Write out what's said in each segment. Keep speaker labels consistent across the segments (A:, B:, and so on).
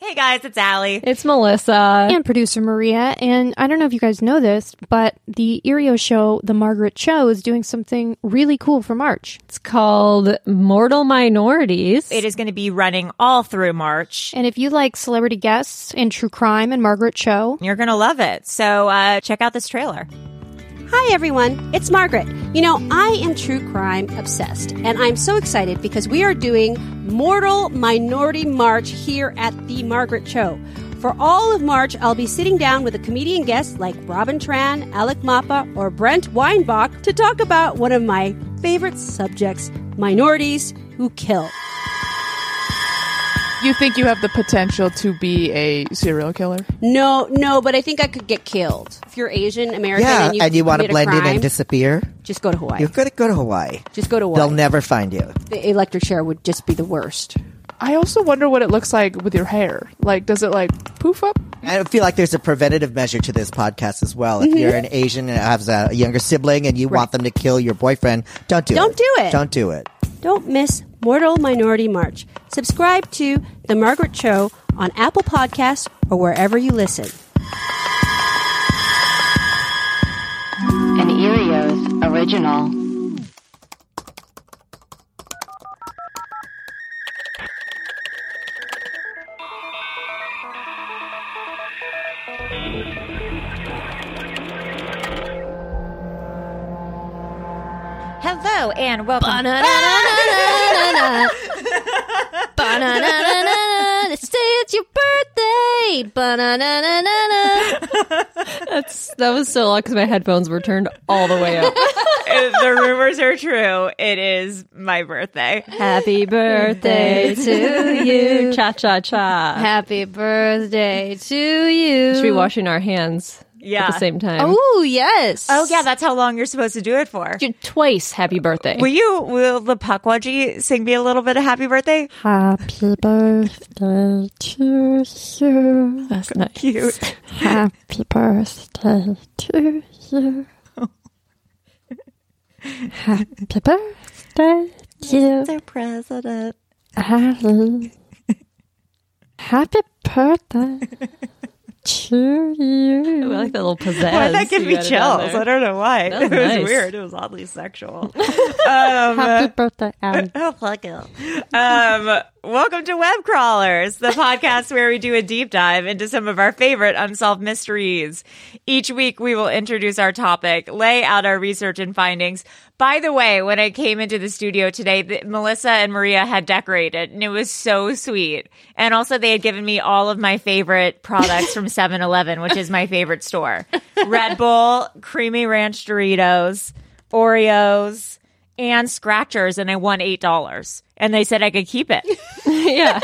A: Hey guys, it's Allie.
B: It's Melissa.
C: and producer Maria. And I don't know if you guys know this, but the Erio show, The Margaret Show, is doing something really cool for March.
B: it's called Mortal Minorities.
A: It is going to be running all through March.
C: And if you like celebrity guests and true crime and Margaret Show,
A: You're going to love it. So uh, check out this trailer.
D: Hi, everyone. It's Margaret. You know, I am true crime obsessed, and I'm so excited because we are doing Mortal Minority March here at the Margaret Show. For all of March, I'll be sitting down with a comedian guest like Robin Tran, Alec Mappa, or Brent Weinbach to talk about one of my favorite subjects minorities who kill.
E: You think you have the potential to be a serial killer?
D: No, no, but I think I could get killed. If you're Asian American
F: yeah,
D: and you,
F: and you want to
D: commit a
F: blend in
D: crime,
F: and disappear.
D: just go to Hawaii.
F: You're gonna go to Hawaii.
D: Just go to Hawaii.
F: They'll never find you.
D: the electric chair would just be the worst.
E: I also wonder what it looks like with your hair. Like, does it like poof up?
F: I feel like there's a preventative measure to this podcast as well.
D: Mm-hmm.
F: If you're an Asian and has a younger sibling and you want them to kill your boyfriend, don't do
D: Don't
F: it.
D: do it.
F: Don't do it.
D: Don't miss Mortal Minority March. Subscribe to The Margaret Show on Apple Podcasts or wherever you listen.
G: An Erios original.
A: Hello and welcome.
C: Ba-na-na-na-na-na-na. Ba-na-na-na-na-na. They say it's your birthday. Ba-na-na-na-na-na.
B: That's that was so long because my headphones were turned all the way up.
A: If Uh, the rumors are true. It is my birthday.
C: Happy birthday to you.
B: Cha cha cha.
C: Happy birthday to you.
B: Should be washing our hands
A: Yeah.
B: at the same time.
C: Oh yes.
A: Oh yeah, that's how long you're supposed to do it for.
B: Dude, twice happy birthday.
A: Will you? Will the Pakwaji sing me a little bit of Happy Birthday?
C: Happy birthday to you.
B: That's nice.
A: Cute.
C: Happy birthday to you. Happy birthday to
A: Mr. President.
C: Allie. Happy birthday to
B: I
C: you.
B: like that little pizzazz.
A: Why that give
B: you
A: me
B: added on
A: chills?
B: there.
A: I don't know why.
B: That was
A: it was
B: nice.
A: weird. It was oddly sexual.
C: Happy birthday, Allie.
A: Oh, fuck it. Um, welcome to Web Crawlers, the podcast where we do a deep dive into some of our favorite unsolved mysteries. Each week, we will introduce our topic, lay out our research and findings. By the way, when I came into the studio today, th- Melissa and Maria had decorated, and it was so sweet. And also, they had given me all of my favorite products from 7 Eleven, which is my favorite store Red Bull, Creamy Ranch Doritos, Oreos and scratchers and I won eight dollars. And they said I could keep it.
B: yeah.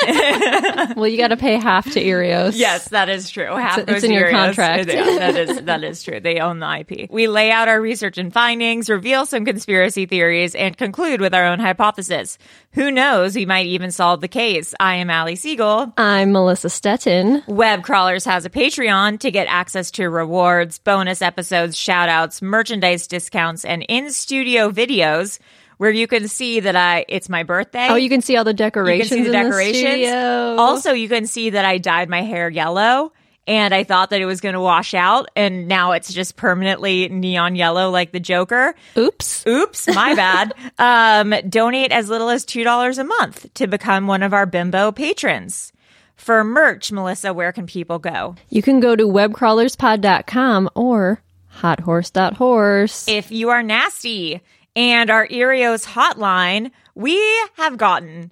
B: well, you got to pay half to Erios.
A: Yes, that is true. Half
B: it's
A: goes
B: in
A: to
B: your
A: Erios.
B: contract.
A: It is. That is that is true. They own the IP. We lay out our research and findings, reveal some conspiracy theories, and conclude with our own hypothesis. Who knows? We might even solve the case. I am Ali Siegel.
B: I'm Melissa Stettin.
A: Web Crawlers has a Patreon to get access to rewards, bonus episodes, shout outs, merchandise discounts, and in studio videos where you can see that I it's my birthday.
B: Oh, you can see all the decorations.
A: You can see the
B: in
A: decorations.
B: studio.
A: also, you can see that I dyed my hair yellow. And I thought that it was going to wash out, and now it's just permanently neon yellow like the Joker.
B: oops.
A: Oops, my bad. Um, donate as little as $2 a month to become one of our bimbo patrons. For merch, Melissa, where can people go?
B: You can go to webcrawlerspod.com or hothorse.horse.
A: If you are nasty and our Erios hotline, we have gotten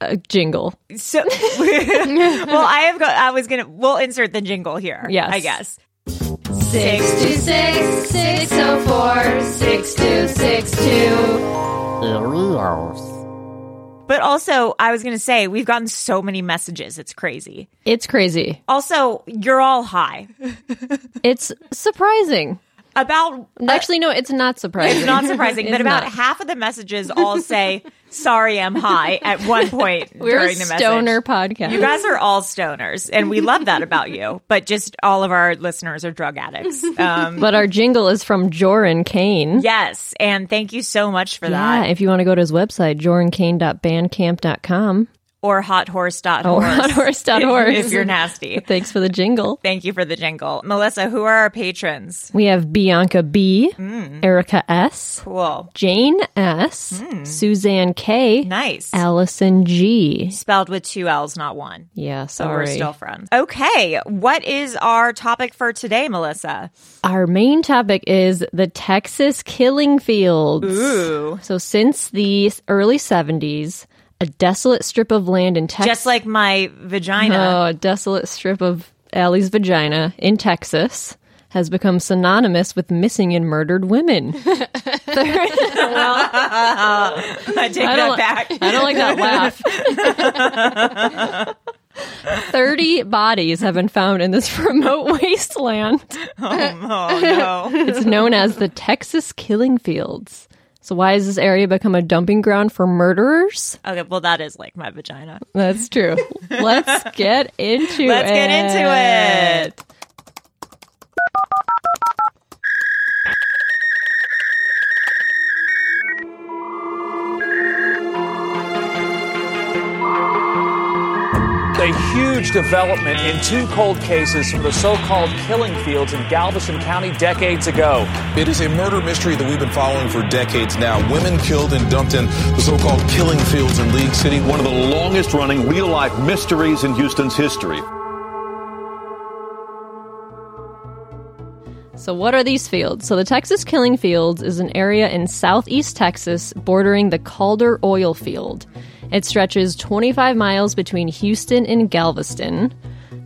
B: A jingle.
A: so. well, I have got. I was gonna. We'll insert the jingle here.
B: Yes.
A: I guess.
G: 626 604 6262.
A: But also, I was gonna say we've gotten so many messages. It's crazy.
B: It's crazy.
A: Also, you're all high.
B: It's surprising.
A: About
B: Actually, no, it's not surprising.
A: It's not surprising,
B: It's
A: but about
B: not.
A: half of the messages all say, "Sorry, I'm high." At one point
B: We're a
A: during the message,
B: stoner podcast.
A: You guys are all stoners, and we love that about you. But just all of our listeners are drug addicts. Um,
B: but our jingle is from Joran Kane.
A: yes, and thank you so much for
B: Yeah,
A: that.
B: if you want to go to his website, jorankane.bandcamp.com.
A: Or hothorse.horse.
B: Or hothorse.horse.
A: If, if you're nasty.
B: Thanks for the jingle.
A: Thank you for the jingle, Melissa. Who are our patrons?
B: We have Bianca B,
A: Mm.
B: Erica S,
A: Cool,
B: Jane S, Suzanne K,
A: Mm. nice.
B: Allison G.
A: Spelled with two L's, not one.
B: Yeah,
A: So we're
B: sorry.
A: still friends. Okay, what is our topic for today, Melissa?
B: Our main topic is the Texas killing fields.
A: Ooh.
B: So since the early 70s, a desolate strip of land in Texas.
A: Just like my vagina.
B: Oh, a desolate strip of Allie's vagina in Texas has become synonymous with missing and murdered women.
A: I take that
B: I don't,
A: back.
B: I don't like that laugh. 30 bodies have been found in this remote wasteland.
A: Oh no.
B: It's known as the Texas Killing Fields. So, why has this area become a dumping ground for murderers?
A: Okay, well that is like my vagina.
B: That's true. Let's get into it.
A: Let's get into it.
H: A huge development in two cold cases from the so called killing fields in Galveston County decades ago.
I: It is a murder mystery that we've been following for decades now. Women killed and dumped in the so-called killing fields in League City. One of the longest running real-life mysteries in Houston's history.
B: So, what are these fields? So, the Texas Killing Fields is an area in southeast Texas bordering the Calder oil field. It stretches 25 miles between Houston and Galveston.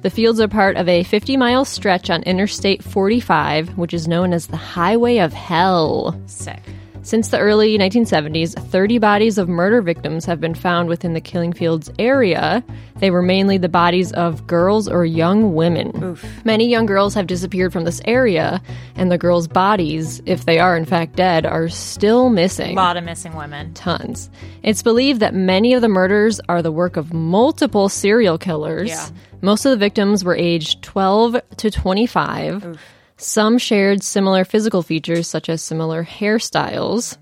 B: The fields are part of a 50 mile stretch on Interstate 45, which is known as the Highway of Hell.
A: Sick.
B: Since the early 1970s, 30 bodies of murder victims have been found within the Killing Fields area. They were mainly the bodies of girls or young women. Many young girls have disappeared from this area, and the girls' bodies, if they are in fact dead, are still missing.
A: A lot of missing women.
B: Tons. It's believed that many of the murders are the work of multiple serial killers.
A: Yeah.
B: Most of the victims were aged 12 to 25. Some shared similar physical features, such as similar hairstyles.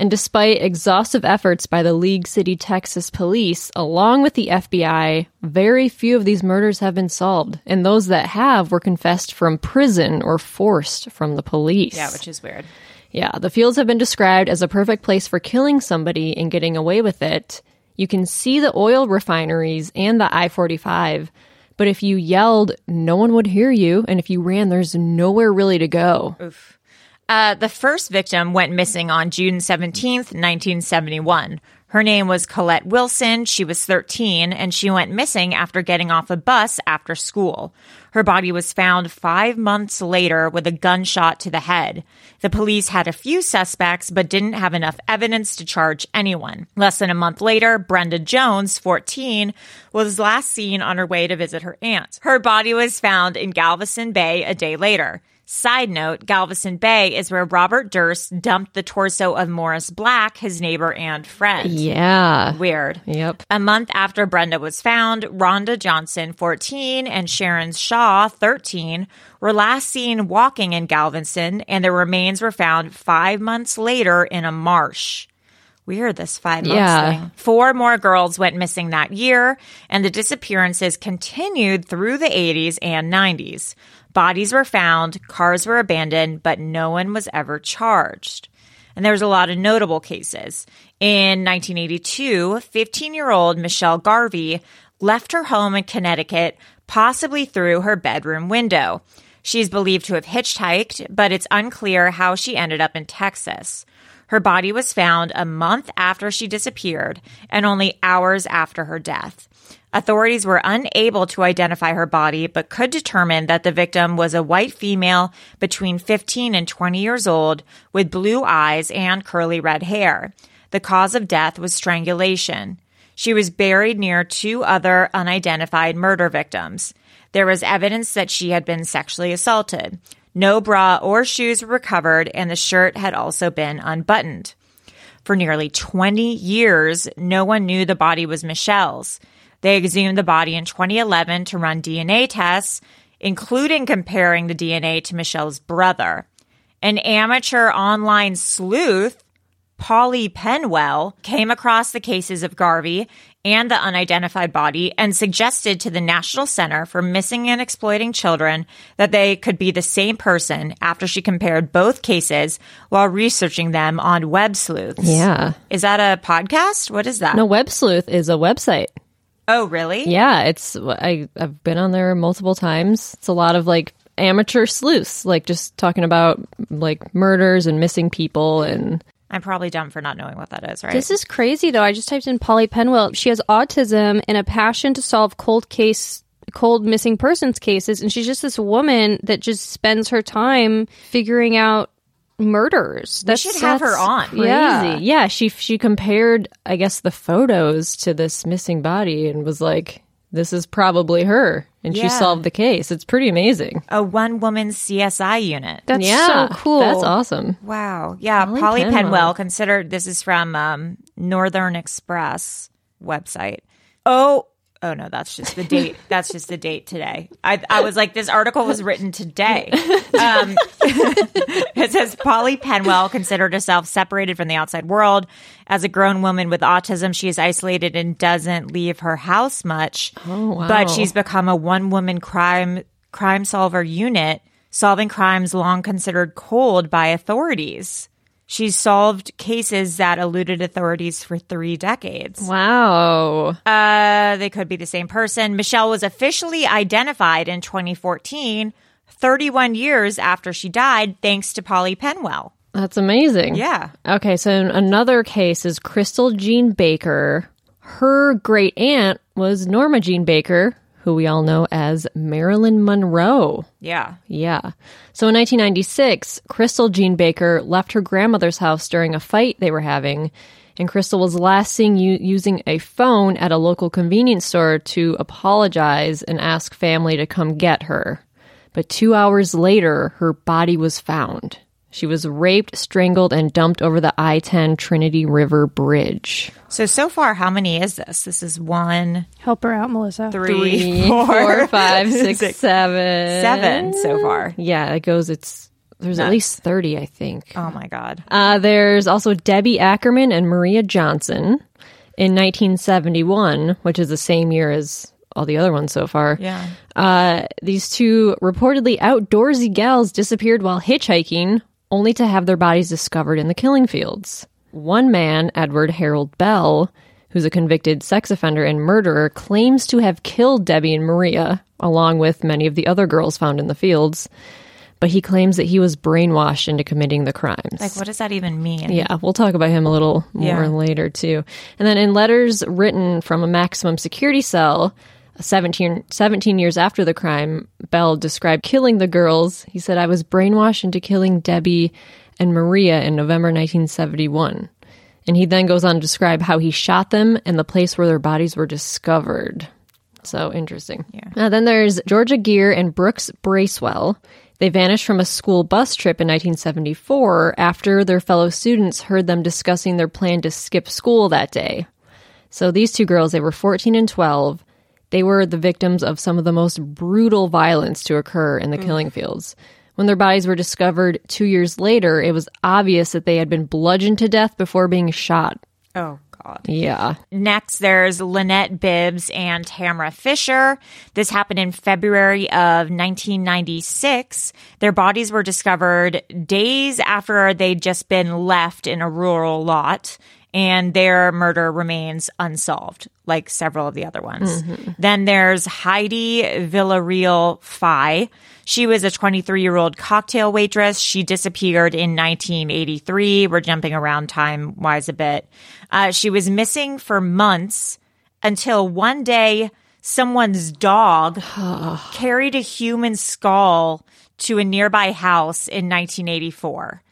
B: And despite exhaustive efforts by the League City, Texas police, along with the FBI, very few of these murders have been solved. And those that have were confessed from prison or forced from the police.
A: Yeah, which is weird.
B: Yeah, the fields have been described as a perfect place for killing somebody and getting away with it. You can see the oil refineries and the I 45, but if you yelled, no one would hear you, and if you ran, there's nowhere really to go.
A: Uh, the first victim went missing on June 17th, 1971. Her name was Colette Wilson. She was 13 and she went missing after getting off a bus after school. Her body was found five months later with a gunshot to the head. The police had a few suspects, but didn't have enough evidence to charge anyone. Less than a month later, Brenda Jones, 14, was last seen on her way to visit her aunt. Her body was found in Galveston Bay a day later. Side note Galveston Bay is where Robert Durst dumped the torso of Morris Black, his neighbor and friend.
B: Yeah.
A: Weird.
B: Yep.
A: A month after Brenda was found, Rhonda Johnson, 14, and Sharon Shaw, 13, were last seen walking in Galveston, and their remains were found five months later in a marsh. Weird, this five months
B: Yeah.
A: thing. Four more girls went missing that year, and the disappearances continued through the 80s and 90s. Bodies were found, cars were abandoned, but no one was ever charged. And there was a lot of notable cases. In 1982, 15 year old Michelle Garvey left her home in Connecticut, possibly through her bedroom window. She's believed to have hitchhiked, but it's unclear how she ended up in Texas. Her body was found a month after she disappeared and only hours after her death. Authorities were unable to identify her body, but could determine that the victim was a white female between 15 and 20 years old with blue eyes and curly red hair. The cause of death was strangulation. She was buried near two other unidentified murder victims. There was evidence that she had been sexually assaulted. No bra or shoes were recovered, and the shirt had also been unbuttoned. For nearly 20 years, no one knew the body was Michelle's. They exhumed the body in 2011 to run DNA tests, including comparing the DNA to Michelle's brother. An amateur online sleuth Polly Penwell came across the cases of Garvey and the unidentified body and suggested to the National Center for Missing and Exploiting Children that they could be the same person after she compared both cases while researching them on Web Sleuths.
B: Yeah.
A: Is that a podcast? What is that?
B: No, Web Sleuth is a website.
A: Oh, really?
B: Yeah, it's I I've been on there multiple times. It's a lot of like amateur sleuths, like just talking about like murders and missing people and
A: I'm probably dumb for not knowing what that is, right?
C: This is crazy though. I just typed in Polly Penwell. She has autism and a passion to solve cold case cold missing persons cases and she's just this woman that just spends her time figuring out murders.
A: We should have her on.
B: crazy. Yeah. she she compared I guess the photos to this missing body and was like this is probably her and
A: Yeah.
B: she solved the case. It's pretty amazing.
A: a one woman CSI unit.
C: That's
B: yeah,
C: so cool.
B: That's awesome.
A: Wow. Yeah.
B: Polly
A: Polly Penwell.
B: Penwell.
A: considered this is from um, Northern Express website. Oh, oh no, that's just the date. that's just the date today. I, I was like, this article was written today. Um, it says Polly Penwell considered herself separated from the outside world. As a grown woman with autism, she is isolated and doesn't leave her house much.
B: Oh, wow.
A: But she's become a one woman crime crime solver unit, solving crimes long considered cold by authorities. She's solved cases that eluded authorities for three decades.
B: Wow.
A: Uh, they could be the same person. Michelle was officially identified in 2014, 31 years after she died, thanks to Polly Penwell.
B: That's amazing.
A: Yeah.
B: Okay, so another case is Crystal Jean Baker. Her great aunt was Norma Jean Baker, who we all know as Marilyn Monroe.
A: Yeah.
B: Yeah. So in 1996, Crystal Jean Baker left her grandmother's house during a fight they were having, and Crystal was last seen u- using a phone at a local convenience store to apologize and ask family to come get her. But two hours later, her body was found. She was raped, strangled, and dumped over the I 10 Trinity River Bridge.
A: So, so far, how many is this? This is one,
C: Help her out, Melissa.
A: three,
B: Four,
A: four,
B: five, six,
A: six,
B: seven.
A: seven so far.
B: Yeah, it goes, it's, there's at
A: Nuts.
B: least 30, I think.
A: Oh my God.
B: Uh, there's also Debbie Ackerman and Maria Johnson in 1971, which is the same year as all the other ones so far.
A: Yeah.
B: Uh, these two reportedly outdoorsy gals disappeared while hitchhiking, only to have their bodies discovered in the killing fields. One man, Edward Harold Bell, who's a convicted sex offender and murderer, claims to have killed Debbie and Maria, along with many of the other girls found in the fields. but he claims that he was brainwashed into committing the crimes.
A: Like, what does that even mean?
B: Yeah, we'll talk about him a little more
A: Yeah.
B: later too. And then in letters written from a maximum security cell, 17, 17 years after the crime, Bell described killing the girls. He said, I was brainwashed into killing Debbie and Maria in November 1971. And he then goes on to describe how he shot them and the place where their bodies were discovered. So interesting. Yeah. then there's Georgia Gear and Brooks Bracewell. They vanished from a school bus trip in 1974 after their fellow students heard them discussing their plan to skip school that day. So these two girls, they were 14 and 12. They were the victims of some of the most brutal violence to occur
A: Mm.
B: in the killing fields. When their bodies were discovered two years later, it was obvious that they had been bludgeoned to death before being shot.
A: Oh, God.
B: Yeah.
A: Next, there's Lynette Bibbs and Tamara Fisher. This happened in February of 1996. Their bodies were discovered days after they'd just been left in a rural lot, and their murder remains unsolved, like several of the other ones. Then there's Heidi Villarreal Fi. She was a 23 year old cocktail waitress. She disappeared in 1983. We're jumping around time wise a bit. Uh, she was missing for months until one day someone's dog carried a human skull to a nearby house in 1984.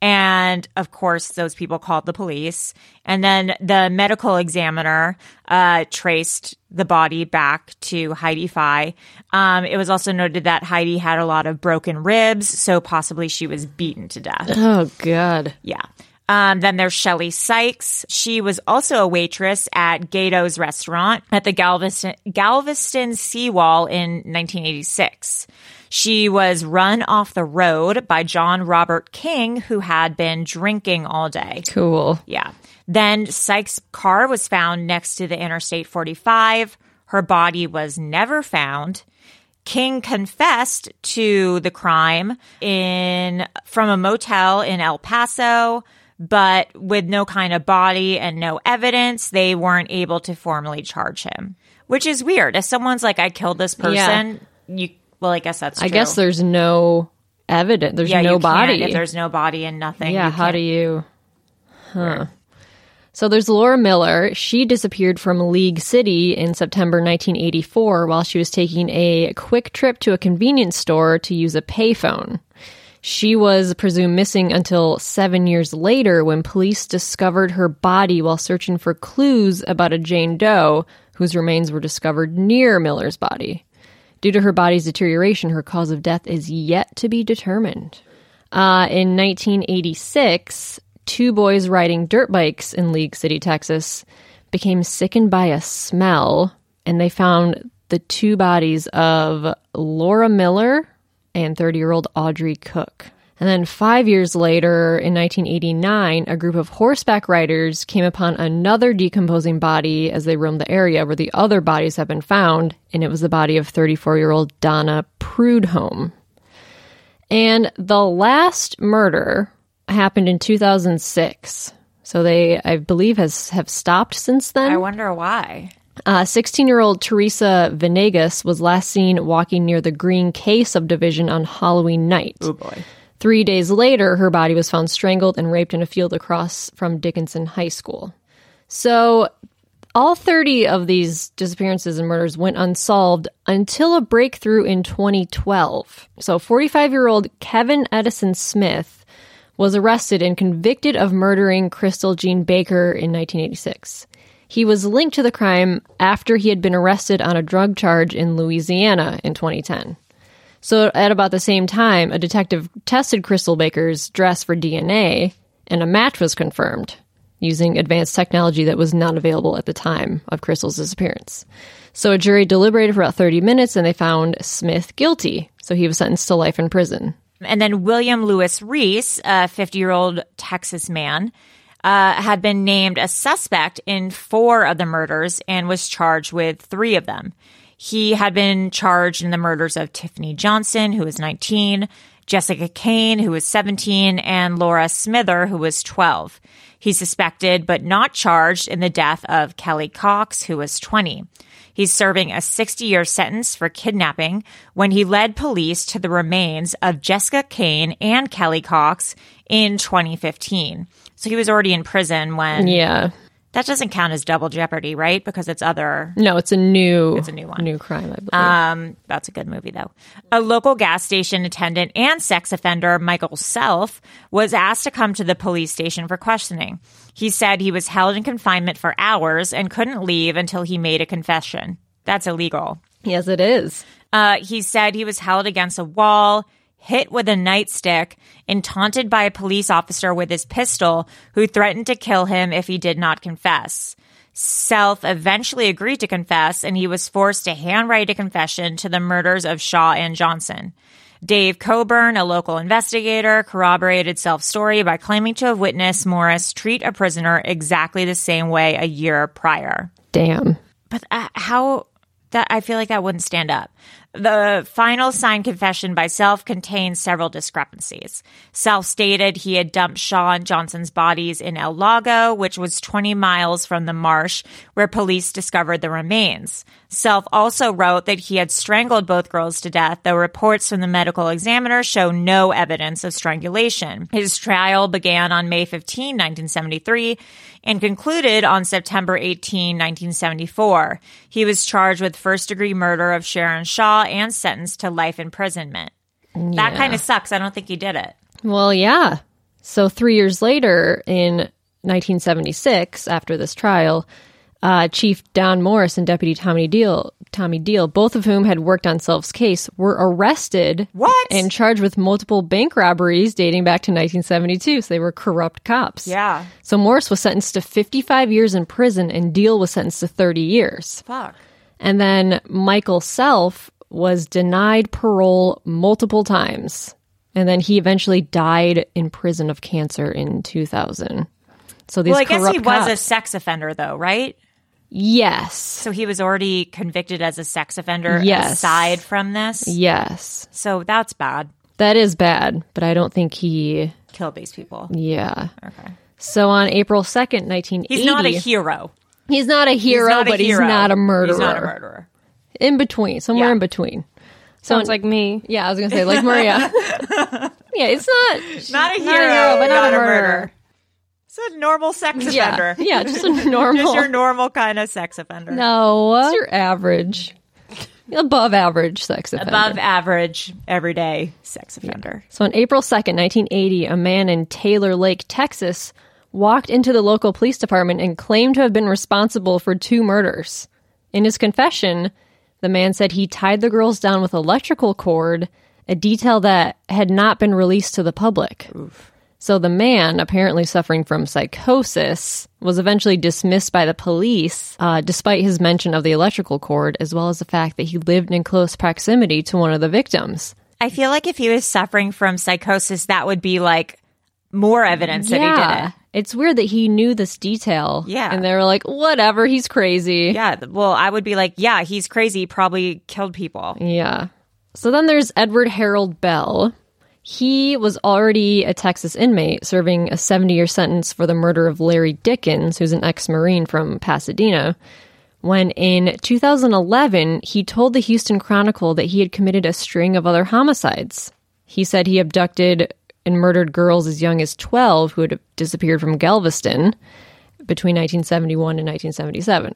A: And of course, those people called the police. And then the medical examiner uh, traced the body back to Heidi Fi. Um, it was also noted that Heidi had a lot of broken ribs, so possibly she was beaten to death.
B: Oh, God.
A: Yeah. Um, then there's Shelly Sykes. She was also a waitress at Gato's restaurant at the Galveston, Galveston Seawall in 1986. She was run off the road by John Robert King, who had been drinking all day.
B: Cool.
A: Yeah. Then Sykes' car was found next to the Interstate 45. Her body was never found. King confessed to the crime in from a motel in El Paso, but with no kind of body and no evidence, they weren't able to formally charge him. Which is weird. If someone's like, "I killed this person," you well, I guess that's.
B: I
A: true.
B: guess there's no evidence. There's
A: yeah,
B: no
A: you can't
B: body.
A: If there's no body and nothing,
B: yeah,
A: you
B: how
A: can't-
B: do you? Huh. So there's Laura Miller. She disappeared from League City in September 1984 while she was taking a quick trip to a convenience store to use a payphone. She was presumed missing until seven years later when police discovered her body while searching for clues about a Jane Doe whose remains were discovered near Miller's body. Due to her body's deterioration, her cause of death is yet to be determined. Uh, in 1986, two boys riding dirt bikes in League City, Texas, became sickened by a smell, and they found the two bodies of Laura Miller and 30 year old Audrey Cook. And then five years later, in 1989, a group of horseback riders came upon another decomposing body as they roamed the area where the other bodies have been found, and it was the body of 34 year old Donna Prudhomme. And the last murder happened in 2006. So they, I believe, has have stopped since then.
A: I wonder why.
B: 16 year old Teresa Venegas was last seen walking near the Green K subdivision on Halloween night. Oh boy. Three days later, her body was found strangled and raped in a field across from Dickinson High School. So, all 30 of these disappearances and murders went unsolved until a breakthrough in 2012. So, 45 year old Kevin Edison Smith was arrested and convicted of murdering Crystal Jean Baker in 1986. He was linked to the crime after he had been arrested on a drug charge in Louisiana in 2010. So, at about the same time, a detective tested Crystal Baker's dress for DNA, and a match was confirmed using advanced technology that was not available at the time of Crystal's disappearance. So, a jury deliberated for about 30 minutes and they found Smith guilty. So, he was sentenced to life in prison.
A: And then William Lewis Reese, a 50 year old Texas man, uh, had been named a suspect in four of the murders and was charged with three of them. He had been charged in the murders of Tiffany Johnson, who was 19, Jessica Kane, who was 17, and Laura Smither, who was 12. He's suspected but not charged in the death of Kelly Cox, who was 20. He's serving a 60 year sentence for kidnapping when he led police to the remains of Jessica Kane and Kelly Cox in 2015. So he was already in prison when.
B: Yeah.
A: That doesn't count as double jeopardy, right? Because it's other.
B: No, it's a new
A: It's a new one.
B: new crime, I believe.
A: Um, that's a good movie though. A local gas station attendant and sex offender, Michael Self, was asked to come to the police station for questioning. He said he was held in confinement for hours and couldn't leave until he made a confession. That's illegal.
B: yes, it is.
A: Uh, he said he was held against a wall, hit with a nightstick, and taunted by a police officer with his pistol, who threatened to kill him if he did not confess. Self eventually agreed to confess, and he was forced to handwrite a confession to the murders of Shaw and Johnson. Dave Coburn, a local investigator, corroborated Self's story by claiming to have witnessed Morris treat a prisoner exactly the same way a year prior
B: Damn.
A: but uh, how that I feel like that wouldn't stand up. The final signed confession by Self contains several discrepancies. Self stated he had dumped Shaw and Johnson's bodies in El Lago, which was 20 miles from the marsh where police discovered the remains. Self also wrote that he had strangled both girls to death, though reports from the medical examiner show no evidence of strangulation. His trial began on May 15, 1973, and concluded on September 18, 1974. He was charged with first degree murder of Sharon Shaw and sentenced to life imprisonment. That kind of sucks. I don't think he did it.
B: Well, yeah. So three years later, in 1976, after this trial, uh, Chief Don Morris and Deputy Tommy Deal, Tommy Deal, both of whom had worked on Self's case, were arrested
A: What?
B: and charged with multiple bank robberies dating back to 1972. So they were corrupt cops.
A: Yeah.
B: So Morris was sentenced to 55 years in prison, and Deal was sentenced to 30 years.
A: Fuck.
B: And then Michael Self was denied parole multiple times. And then he eventually died in prison of cancer in 2000. So these
A: Well, I guess he
B: corrupt
A: was a
B: cops-
A: sex offender, though, right?
B: yes,
A: So he was already convicted as a sex offender
B: Yes.
A: aside from this.
B: yes,
A: So that's bad.
B: that is bad. But I don't think he,
A: Kill these people.
B: yeah.
A: Okay.
B: So on April second, nineteen eighty,
A: He's not a hero.
B: He's not a
A: He's
B: hero,
A: not a
B: but
A: hero.
B: he's not a murderer.
A: He's not a murderer.
B: In between, somewhere
A: Yeah.
B: in between.
C: Sounds like me.
B: Yeah, I was gonna say like Maria. yeah, it's not.
A: Not a hero,
C: hero, but not a murderer.
A: It's a normal sex
B: Yeah,
A: offender.
B: yeah, just a normal.
A: Just your normal kind of sex offender.
B: No. your average, above average sex offender.
A: Above average, everyday sex offender.
B: So on April 2nd, 1980, a man in Taylor Lake, Texas, walked into the local police department and claimed to have been responsible for two murders. In his confession, the man said he tied the girls down with electrical cord, a detail that had not been released to the public. So the man, apparently suffering from psychosis, was eventually dismissed by the police, uh, despite his mention of the electrical cord, as well as the fact that he lived in close proximity to one of the victims.
A: I feel like if he was suffering from psychosis, that would be like more evidence that he did it.
B: It's weird that he knew this detail.
A: Yeah.
B: And they were like, whatever, he's crazy.
A: Yeah. th- Well, I would be like, yeah, he's crazy. Probably killed people.
B: Yeah. So then there's Edward Harold Bell. He was already a Texas inmate serving a 70 year sentence for the murder of Larry Dickens, who's an ex Marine from Pasadena. When in 2011, he told the Houston Chronicle that he had committed a string of other homicides. He said he abducted and murdered girls as young as 12 who had disappeared from Galveston between 1971 and 1977.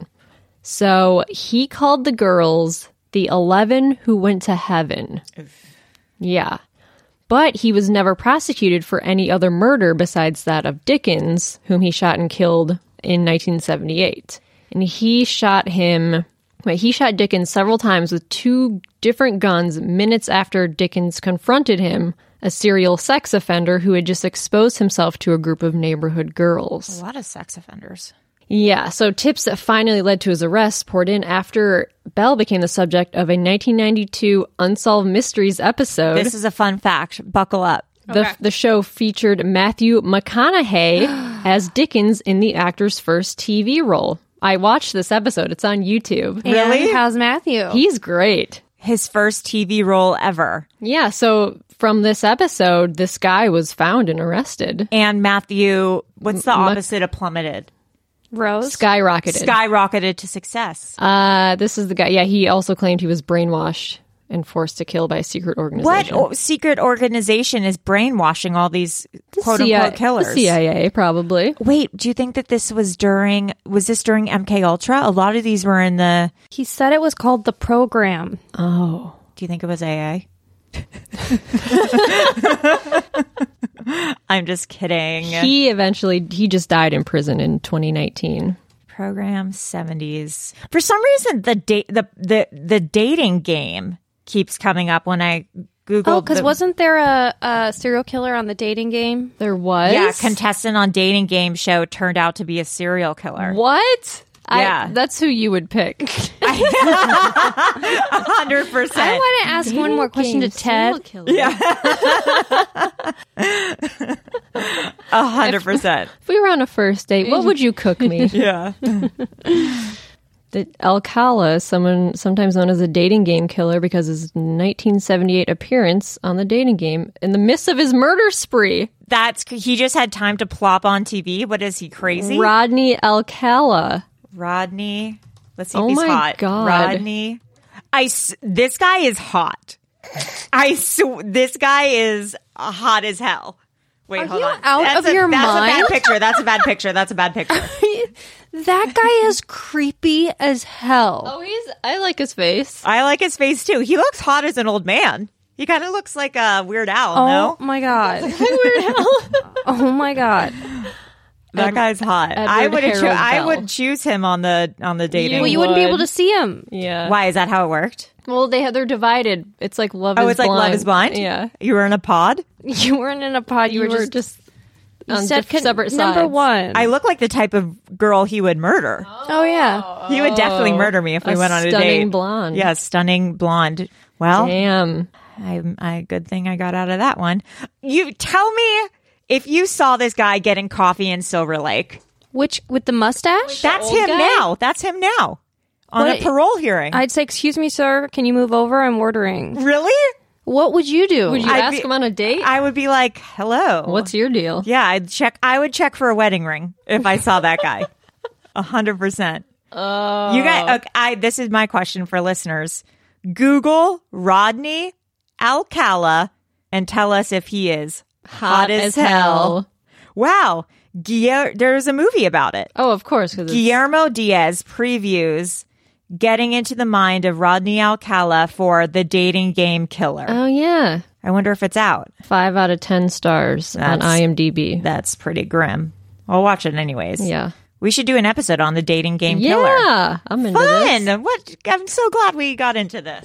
B: So he called the girls the 11 who went to heaven. Yeah. But he was never prosecuted for any other murder besides that of Dickens, whom he shot and killed in 1978. And he shot him, wait, he shot Dickens several times with two different guns minutes after Dickens confronted him, a serial sex offender who had just exposed himself to a group of neighborhood girls.
A: A lot of sex offenders.
B: Yeah, so tips that finally led to his arrest poured in after Bell became the subject of a 1992 Unsolved Mysteries episode.
A: This is a fun fact. Buckle up.
B: the, the show featured Matthew McConaughey as Dickens in the actor's first TV role. I watched this episode, it's on YouTube.
C: Really? how's Matthew?
B: He's great.
A: his first TV role ever.
B: Yeah, so from this episode, this guy was found and arrested.
A: And Matthew, what's the opposite of plummeted?
C: Rose?
B: Skyrocketed.
A: Skyrocketed to success.
B: Uh, this is the guy. Yeah, he also claimed he was brainwashed and forced to kill by a secret
A: What
B: organization.
A: o- secret organization is brainwashing all these quote
B: CIA
A: unquote killers?
B: The CIA, probably.
A: Wait, do you think that this was during was this during MK Ultra? A lot of these were in the
C: He said it was called the program.
B: Oh.
A: Do you think it was AA? I'm just kidding.
B: He eventually, he just died in prison in 2019.
A: program 70s. For some reason the date the, the the dating game keeps coming up when I google
C: Oh, because wasn't there a, a serial killer on the dating game?
B: There was?
A: yeah, contestant on dating game show turned out to be a serial killer.
B: What?
A: Yeah.
B: I, that's who you would pick.
A: hundred
C: I
A: percent.
C: want to ask one more question to Ted.
B: Yeah.
A: A hundred percent.
B: If we were on a first date, what would you cook me?
A: Yeah.
B: The Alcala, someone sometimes known as a dating game killer because of his 1978 appearance on the dating game in the midst of his murder spree.
A: That's he just had time to plop on TV. What is he crazy?
B: Rodney Alcala.
A: Rodney. Let's see
B: Oh
A: if he's
B: my
A: hot.
B: God.
A: Rodney. I s- this guy is hot. I sw- this guy is hot as hell. Wait, hold
C: you
A: on.
C: out
A: that's
C: of
A: a,
C: your
A: that's a
C: mind?
A: bad picture. That's a bad picture. That's a bad picture.
C: That guy is creepy as hell.
B: Oh, he's. I like his face.
A: I like his face too. He looks hot as an old man. He kind of looks like a Weird Al. no,
C: my god. oh my god.
A: that guy's hot. I
B: Edward
A: would. Cho-
B: Harold
A: I
B: Bell.
A: would choose him on the on the dating.
C: Well, you wouldn't be able to see him.
B: Yeah.
A: Why is that how it worked?
B: Well, they have, they're divided. It's like love.
A: Oh,
B: is
A: it's like Love is Blind.
B: Yeah.
A: you were in a pod.
C: You weren't in a pod. You,
B: You
C: were just. you
B: on
C: said
B: diff-
C: con-
B: separate
C: number
B: sides.
C: one.
A: I look like the type of girl he would murder.
C: oh yeah.
A: He would definitely murder me if we
B: Oh. a
A: went on a
B: stunning
A: date.
B: blonde.
A: Yeah, stunning blonde. Well,
B: Damn.
A: I, I good thing I got out of that one. You tell me if you saw this guy getting coffee in Silver Lake.
C: Which with the mustache?
A: That's him
B: guy?
A: now. That's him now on
C: What-
A: a parole hearing.
C: I'd say, excuse me, sir. Can you move over? I'm ordering.
A: really?
C: What would you do?
B: Would you
A: I'd
B: ask
A: be-
B: him on a date?
A: I would be like, "Hello."
B: What's your deal?
A: Yeah, I'd check. I would check for a wedding ring if I saw that guy. A hundred percent. Oh, you guys. Okay, I. This is my question for listeners. Google Rodney Alcala and tell us if he is hot, Wow, Guillermo. There's a movie about it.
B: Oh, of course. 'cause it's-
A: Guillermo Diaz previews getting into the mind of Rodney Alcala for the dating game killer.
B: Oh yeah.
A: I wonder if it's out.
B: Five out of ten stars on
A: That's-
B: IMDb.
A: That's pretty grim. I'll watch it anyways.
B: Yeah.
A: We should do an episode on the dating game killer.
B: Yeah, I'm into
A: Fun.
B: this.
A: What I'm so glad we got into this.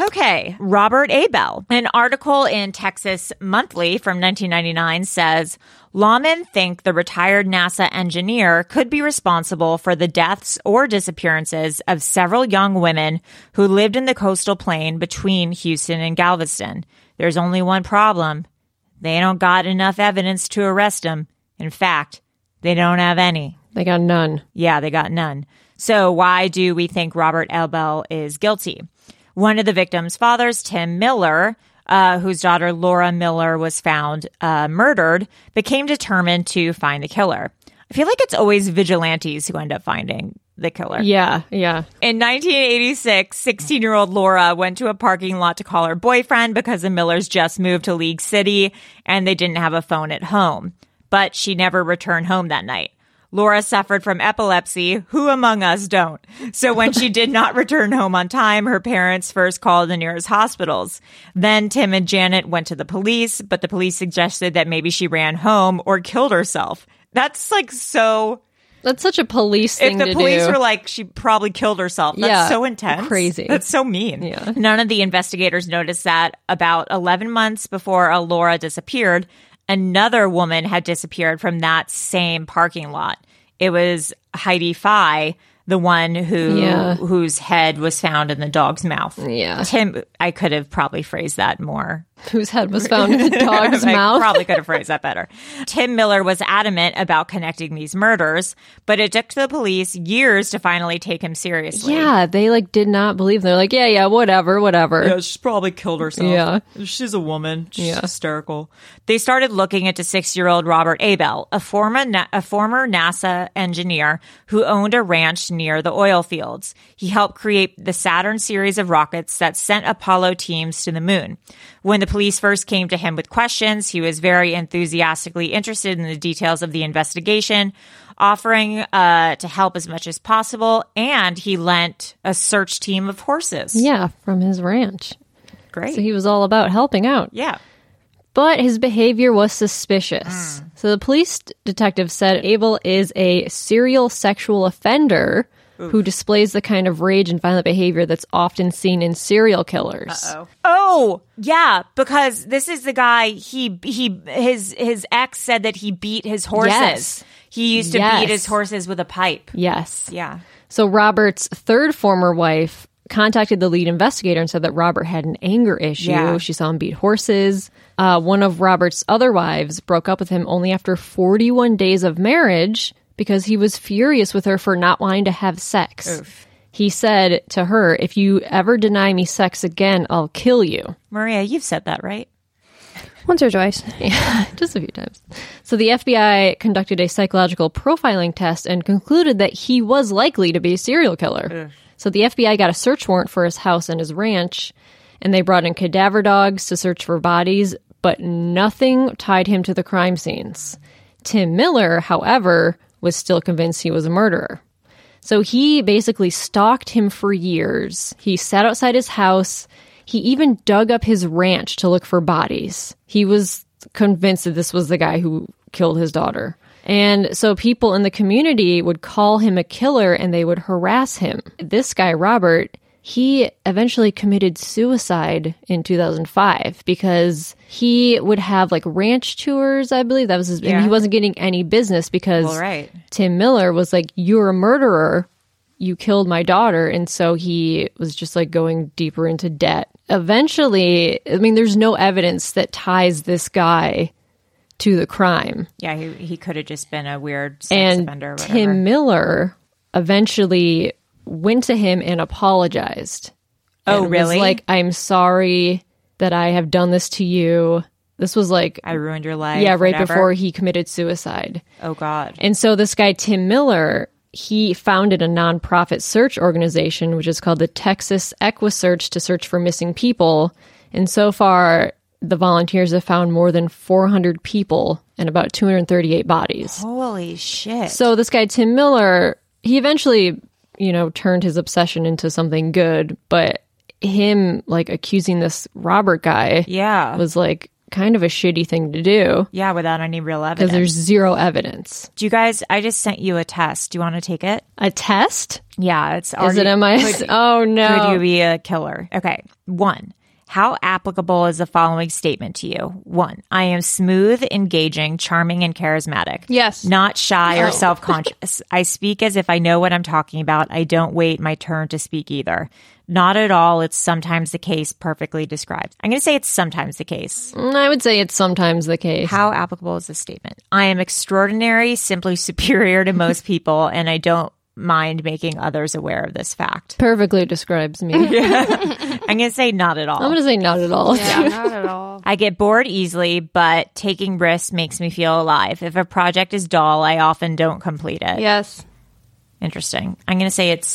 A: Okay, okay. Robert Abel. An article in Texas Monthly from 1999 says lawmen think the retired NASA engineer could be responsible for the deaths or disappearances of several young women who lived in the coastal plain between Houston and Galveston. There's only one problem they don't got enough evidence to arrest him. In fact, they don't have any.
B: They got none.
A: Yeah, they got none. So why do we think Robert Elbel is guilty? One of the victim's fathers, Tim Miller, uh, whose daughter Laura Miller was found uh, murdered, became determined to find the killer. I feel like it's always vigilantes who end up finding the killer.
B: Yeah, yeah.
A: In 1986, 16 year old Laura went to a parking lot to call her boyfriend because the Millers just moved to League City and they didn't have a phone at home. But she never returned home that night. Laura suffered from epilepsy. Who among us don't? So when she did not return home on time, her parents first called the nearest hospitals. Then Tim and Janet went to the police, but the police suggested that maybe she ran home or killed herself. That's like so
B: That's such a police
A: if
B: thing
A: the
B: to
A: police
B: do.
A: were like she probably killed herself that's
B: Yeah.
A: so intense
B: Crazy.
A: that's so mean yeah none of the investigators noticed that about 11 months before alora disappeared another woman had disappeared from that same parking lot it was heidi fi the one who
B: Yeah.
A: whose head was found in the dog's mouth
B: Yeah.
A: tim i could have probably phrased that more
B: whose head was found in the dog's
A: I
B: mouth.
A: Probably could have phrased that better. Tim Miller was adamant about connecting these murders, but it took the police years to finally take him seriously.
B: Yeah, they like did not believe. They're like, yeah, yeah, whatever, whatever.
A: she's probably killed herself.
B: Yeah.
A: She's a woman. She's
B: Yeah.
A: hysterical. They started looking into six year old Robert Abel, a former, Na- a former NASA engineer who owned a ranch near the oil fields. He helped create the Saturn series of rockets that sent Apollo teams to the moon. When the police first came to him with questions, he was very enthusiastically interested in the details of the investigation offering uh, to help as much as possible, and he lent a search team of horses.
B: Yeah, from his ranch.
A: Great.
B: So he was all about helping out.
A: Yeah.
B: But his behavior was suspicious.
A: Hmm.
B: So the police detective said Abel is a serial sexual offender who displays the kind of rage and violent behavior that's often seen in serial killers.
A: Oh, yeah, because this is the guy he he his his ex said that he beat his horses.
B: Yes.
A: He used to
B: Yes.
A: beat his horses with a pipe.
B: Yes.
A: Yeah.
B: So Robert's third former wife contacted the lead investigator and said that Robert had an anger issue.
A: Yeah.
B: She saw him beat horses. Uh, one of Robert's other wives broke up with him only after 41 days of marriage because he was furious with her for not wanting to have sex. He said to her, "If you ever deny me sex again, I'll kill you."
A: Maria, you've said that, right?
C: Once or twice.
B: Just a few times. So the FBI conducted a psychological profiling test and concluded that he was likely to be a serial killer. So the FBI got a search warrant for his house and his ranch, and they brought in cadaver dogs to search for bodies, but nothing tied him to the crime scenes. Tim Miller, however, was still convinced he was a murderer. So he basically stalked him for years. He sat outside his house. He even dug up his ranch to look for bodies. He was convinced that this was the guy who killed his daughter. And so people in the community would call him a killer and they would harass him. This guy, Robert, he eventually committed suicide in 2005 because he would have like ranch tours, I believe. That was his, and
A: Yeah.
B: he wasn't getting any business because
A: Well, right.
B: Tim Miller was like, You're a murderer. You killed my daughter. And so he was just like going deeper into debt. Eventually, I mean, there's no evidence that ties this guy to the crime.
A: Yeah, he he could have just been a weird sex offender or
B: And
A: whatever.
B: Tim Miller eventually went to him and apologized.
A: Oh,
B: And was
A: really?
B: like, I'm sorry that I have done this to you. This was like,
A: I ruined your life.
B: yeah, right
A: whatever.
B: before he committed suicide.
A: Oh God.
B: And so this guy, Tim Miller, he founded a nonprofit search organization, which is called the Texas Equisearch to search for missing people. And so far, the volunteers have found more than 400 people and about 238 bodies.
A: Holy shit.
B: So this guy, Tim Miller, he eventually, you know, turned his obsession into something good, but him like accusing this Robert guy
A: Yeah.
B: was like kind of a shitty thing to do
A: yeah, without any real
B: because
A: evidence.
B: there's zero evidence.
A: Do you guys I just sent you a test. Do you want to take it?
B: A test?
A: Yeah, it's
B: Is it
A: already-
B: MIS?
A: Could-
B: oh no.
A: Could you be a killer? Okay. One, how applicable is the following statement to you? One, I am smooth, engaging, charming, and charismatic.
C: Yes.
A: Not shy
C: No.
A: or self conscious. I speak as if I know what I'm talking about. I don't wait my turn to speak either. Not at all. It's sometimes the case, perfectly described. I'm going to say it's sometimes the case.
B: Mm, I would say it's sometimes the case.
A: How applicable is this statement? I am extraordinary, simply superior to most people, and I don't mind making others aware of this fact.
B: Perfectly describes me.
A: I'm going to say not at all.
B: I'm gonna say not at all.
C: not at all.
A: I get bored easily, but taking risks makes me feel alive. If a project is dull, I often don't complete it.
C: Yes.
A: Interesting. I'm going to say it's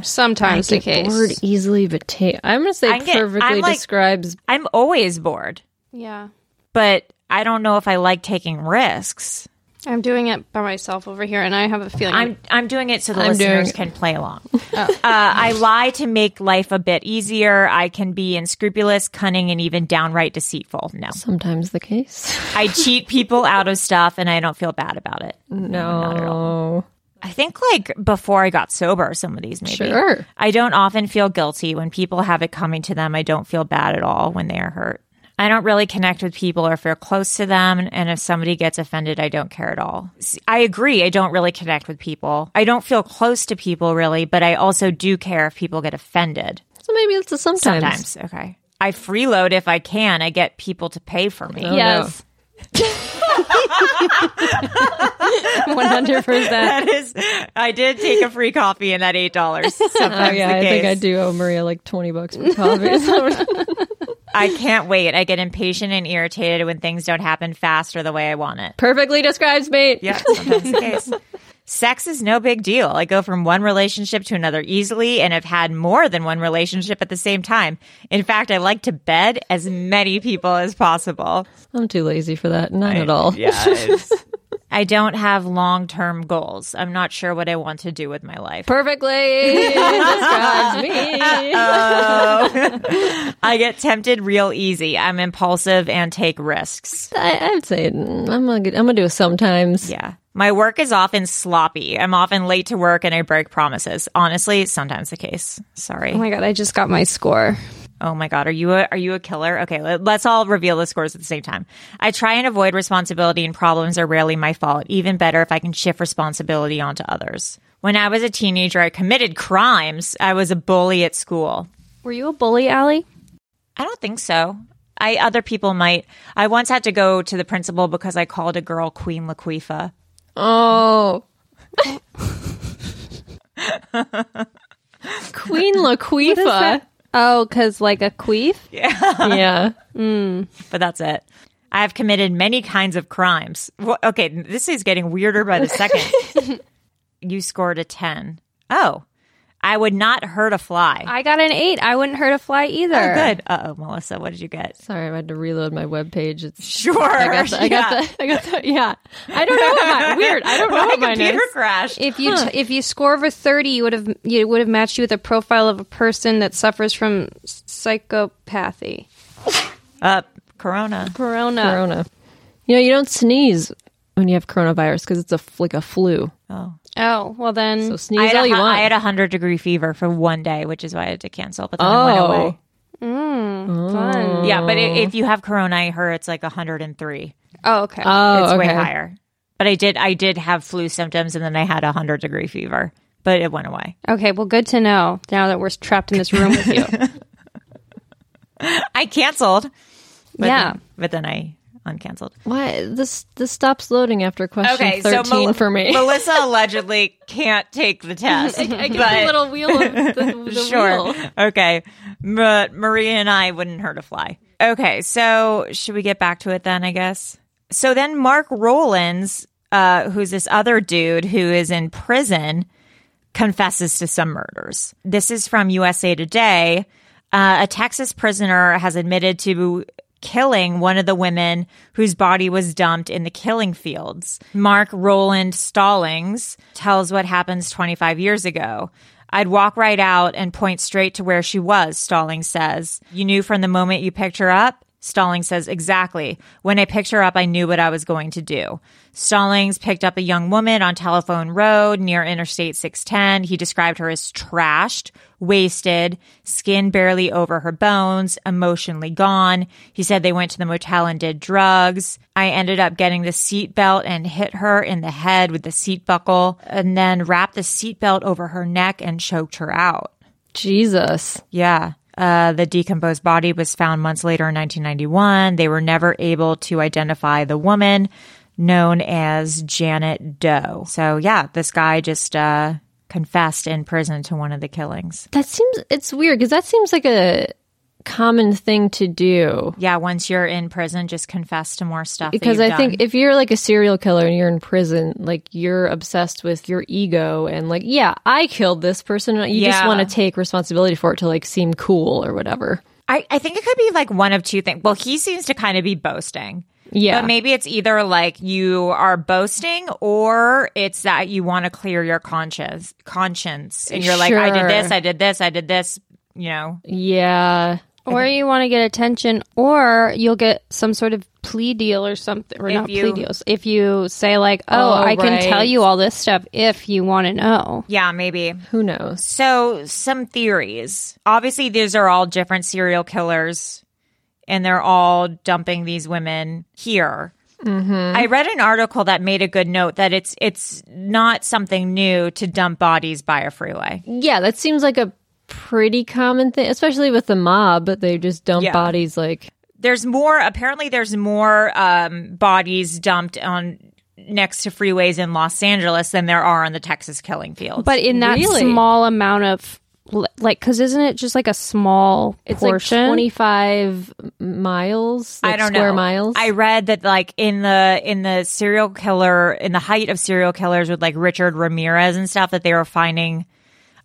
C: Sometimes
B: I
C: the
B: get
C: case.
B: bored easily, but ta- I'm gonna say
A: I get-
B: perfectly
A: I'm like-
B: describes.
A: I'm always bored,
C: Yeah.
A: but I don't know if I like taking risks.
C: I'm doing it by myself over here, and I have a feeling
A: I'm I'm doing it so the
B: I'm doing Oh.
A: listeners
B: it.
A: can play along. Uh, I lie to make life a bit easier. I can be unscrupulous, cunning, and even downright deceitful. No,
B: Sometimes the case.
A: I cheat people out of stuff, and I don't feel bad about it. not at
B: No.
A: I think like before I got sober, some of these maybe.
B: Sure.
A: I don't often feel guilty when people have it coming to them. I don't feel bad at all when they are hurt. I don't really connect with people or feel close to them. And if somebody gets offended, I don't care at all. S- I agree. I don't really connect with people. I don't feel close to people really, but I also do care if people get offended.
B: So maybe it's a sometimes.
A: Sometimes. Okay. I freeload if I can. I get people to pay for me.
B: Oh, Yes. One hundred percent.
A: That is, I did take a free coffee and that $8. Sometimes
B: Oh yeah,
A: the
B: I think
A: case.
B: I do owe Maria like twenty bucks for coffee.
A: I can't wait. I get impatient and irritated when things don't happen fast or the way I want it.
B: Perfectly describes me.
A: Yeah, sometimes the case. Sex is no big deal. I go from one relationship to another easily and have had more than one relationship at the same time. In fact, I like to bed as many people as possible.
B: I'm too lazy for that. Not at all.
A: I don't have long term goals. I'm not sure what I want to do with my life.
B: Perfectly describes me.
A: Oh. I get tempted real easy. I'm impulsive and take risks.
B: I, I'd say mm, I'm gonna get, I'm gonna do a sometimes.
A: Yeah. My work is often sloppy. I'm often late to work and I break promises. Honestly, it's sometimes the case. Sorry.
C: Oh my god! I just got my score.
A: Oh my god, are you a, are you a killer? Okay, let, let's all reveal the scores at the same time. I try and avoid responsibility and problems are rarely my fault. Even better if I can shift responsibility onto others. When I was a teenager, I committed crimes. I was a bully at school.
C: Were you a bully, Allie?
A: I don't think so. I other people might. I once had to go to the principal because I called a girl Queen Laquifa.
B: Oh. Queen Laquifa.
C: Oh, because like a queef.
B: Yeah.
A: but that's it. I have committed many kinds of crimes. Wha okay, this is getting weirder by the second. you scored a 10. Oh, I would not hurt a fly.
C: I got an eight. I wouldn't hurt a fly either.
A: Oh, good. Uh oh, Melissa, what did you get?
B: Sorry, I had to reload my webpage. It's
A: Sure.
B: I got the, I
A: yeah.
B: got the, I got the, yeah. I don't know what my weird. I don't know
A: My
B: what mine
A: computer
B: is.
A: crashed.
C: If you t- if you score over thirty, you would have you would have matched you with a profile of a person that suffers from psychopathy.
A: Up. Uh, Corona.
C: Corona.
B: Corona. You know, you don't sneeze when you have coronavirus because it's a f- like a flu.
C: Oh well, then
B: So
A: I
B: sneeze
A: had,
B: all
A: a,
B: you
A: hu-
B: want.
A: I had a 100 degree fever for one day, which is why I had to cancel, but then I
B: Oh.
A: went away.
C: fun.
A: Yeah, but i
B: Mm.
A: if you have corona, I heard it's like 103.
C: Oh okay.
B: oh,
A: it's way
B: okay.
A: higher. But I did I did have flu symptoms and then I had a 100 degree fever, but it went away.
C: okay. Well, good to know. Now that we're trapped in this room with you.
A: I canceled. But
C: Yeah.
A: Then, but then I uncanceled.
B: Why this this stops loading after question thirteen for me?
A: Melissa allegedly can't take the test.
B: I get
A: but-
B: the little wheel of the, the
A: sure.
B: wheel.
A: Okay. But Maria and I wouldn't hurt a fly. Okay. So should we get back to it then, I guess? So then Mark Rollins, uh, who's this other dude who is in prison, confesses to some murders. This is from USA Today. Uh, a Texas prisoner has admitted to killing one of the women whose body was dumped in the killing fields. Mark Roland Stallings tells what happens 25 years ago. I'd walk right out and point straight to where she was, Stallings says. You knew from the moment you picked her up? Stallings says, Exactly. When I picked her up, I knew what I was going to do. Stallings picked up a young woman on Telephone Road near Interstate 610. He described her as trashed, wasted, skin barely over her bones, emotionally gone. He said they went to the motel and did drugs. I ended up getting the seatbelt and hit her in the head with the seat buckle and then wrapped the seatbelt over her neck and choked her out.
B: Jesus.
A: Yeah. Uh, the decomposed body was found months later in 1991. They were never able to identify the woman known as Janet Doe. So, yeah, this guy just uh, confessed in prison to one of the killings.
B: That seems it's weird because that seems like a common thing to do.
A: Yeah, once you're in prison, just confess to more stuff. that
B: Because
A: you've
B: I think
A: done.
B: if you're like a serial killer and you're in prison, like you're obsessed with your ego and like, yeah, I killed this person. You just
A: Yeah.
B: want to take responsibility for it to like seem cool or whatever.
A: I, I think it could be like one of two things. Well, he seems to kind of be boasting.
B: Yeah.
A: But maybe it's either like you are boasting or it's that you want to clear your conscience conscience and you're like, I did this,
C: Sure.
A: I did this, I did this, you know.
B: Yeah.
C: Or you want to get attention, or you'll get some sort of plea deal or something, or
A: If
C: not
A: you-
C: plea deals. If you say like, "Oh,
B: Oh,
C: I can
B: right.
C: tell you all this stuff if you want to know."
A: Yeah, maybe.
B: Who knows?
A: So, some theories. Obviously, these are all different serial killers and they're all dumping these women here. I read an article that made a good note that it's it's not something new to dump bodies by a freeway.
B: Yeah, that seems like a pretty common thing, especially with the mob. They just dump
A: Yeah.
B: bodies like
A: there's more apparently there's more um, bodies dumped on next to freeways in los angeles than there are on the texas killing fields
C: But in that
B: Really?
C: small amount of l- like, because isn't it just like a small
B: it's
C: portion?
B: like 25 miles, like
A: I don't
B: square
A: know.
B: miles.
A: I read that like in the in the serial killer in the height of serial killers with like Richard Ramirez and stuff that they were finding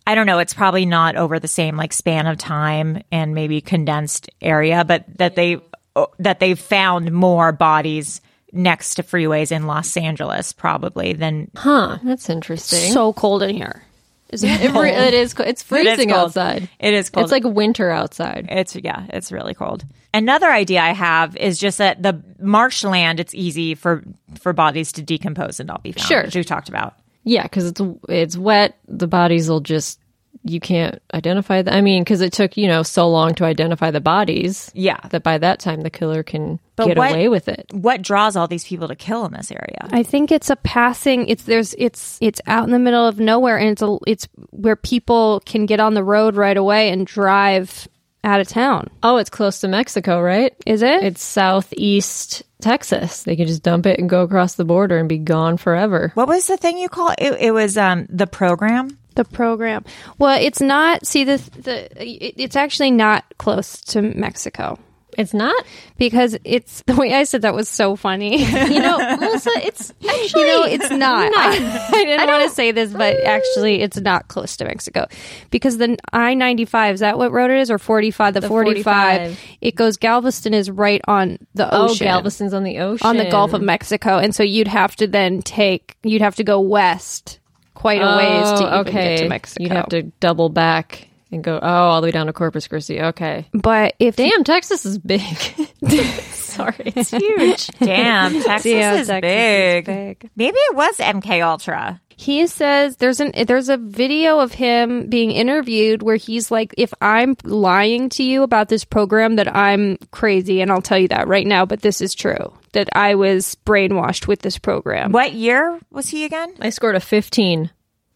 A: I don't know, it's probably not over the same like span of time and maybe condensed area, but that they oh, that they found more bodies next to freeways in Los Angeles probably than
B: Huh, that's interesting.
C: so cold in here. Isn't it?
B: it, re- it is co- it's freezing
A: cold.
B: outside.
A: It is cold.
B: It's like winter outside.
A: It's yeah, it's really cold. Another idea I have is just that the marshland, it's easy for for bodies to decompose and not be found.
B: Sure.
A: which we talked about.
B: Yeah, cuz it's it's wet, the bodies will just you can't identify them. I mean, cuz it took, you know, so long to identify the bodies
A: Yeah,
B: that by that time the killer can
A: But
B: get
A: what-
B: away with it.
A: what draws all these people to kill in this area?
C: I think it's a passing. It's there's it's it's out in the middle of nowhere, and it's a it's where people can get on the road right away and drive out of town.
B: Oh, it's close to Mexico, right?
C: Is it?
B: It's southeast Texas. They can just dump it and go across the border and be gone forever.
A: What was the thing you call it? It was um the program.
C: the program. Well, it's not. See, the the it- it's actually not close to Mexico
B: It's not.
C: because it's the way I said that was so funny.
B: You know, Melissa, it's actually
C: you know, it's not. I, I didn't want to say this, but
B: Mm.
C: actually, it's not close to Mexico because the I ninety five is that what road it is or forty five? The,
B: The
C: forty
B: 45.
C: five. It goes Galveston is right on the
B: Oh,
C: ocean.
B: Galveston's on the ocean.
C: on the Gulf of Mexico, and so you'd have to then take you'd have to go west quite a ways to even
B: Oh,
C: get to Mexico.
B: You'd have to double back and go, oh, all the way down to Corpus Christi. Okay.
C: But if you-
B: Damn, Texas is big. Sorry. It's huge.
A: Damn, Texas,
C: Yeah,
A: is,
C: Texas
A: big.
C: is big.
A: Maybe it was MK Ultra.
C: He says there's an there's a video of him being interviewed where he's like, if I'm lying to you about this program, that I'm crazy, and I'll tell you that right now. But this is true that I was brainwashed with this program.
A: What year was he again?
B: I scored a 15.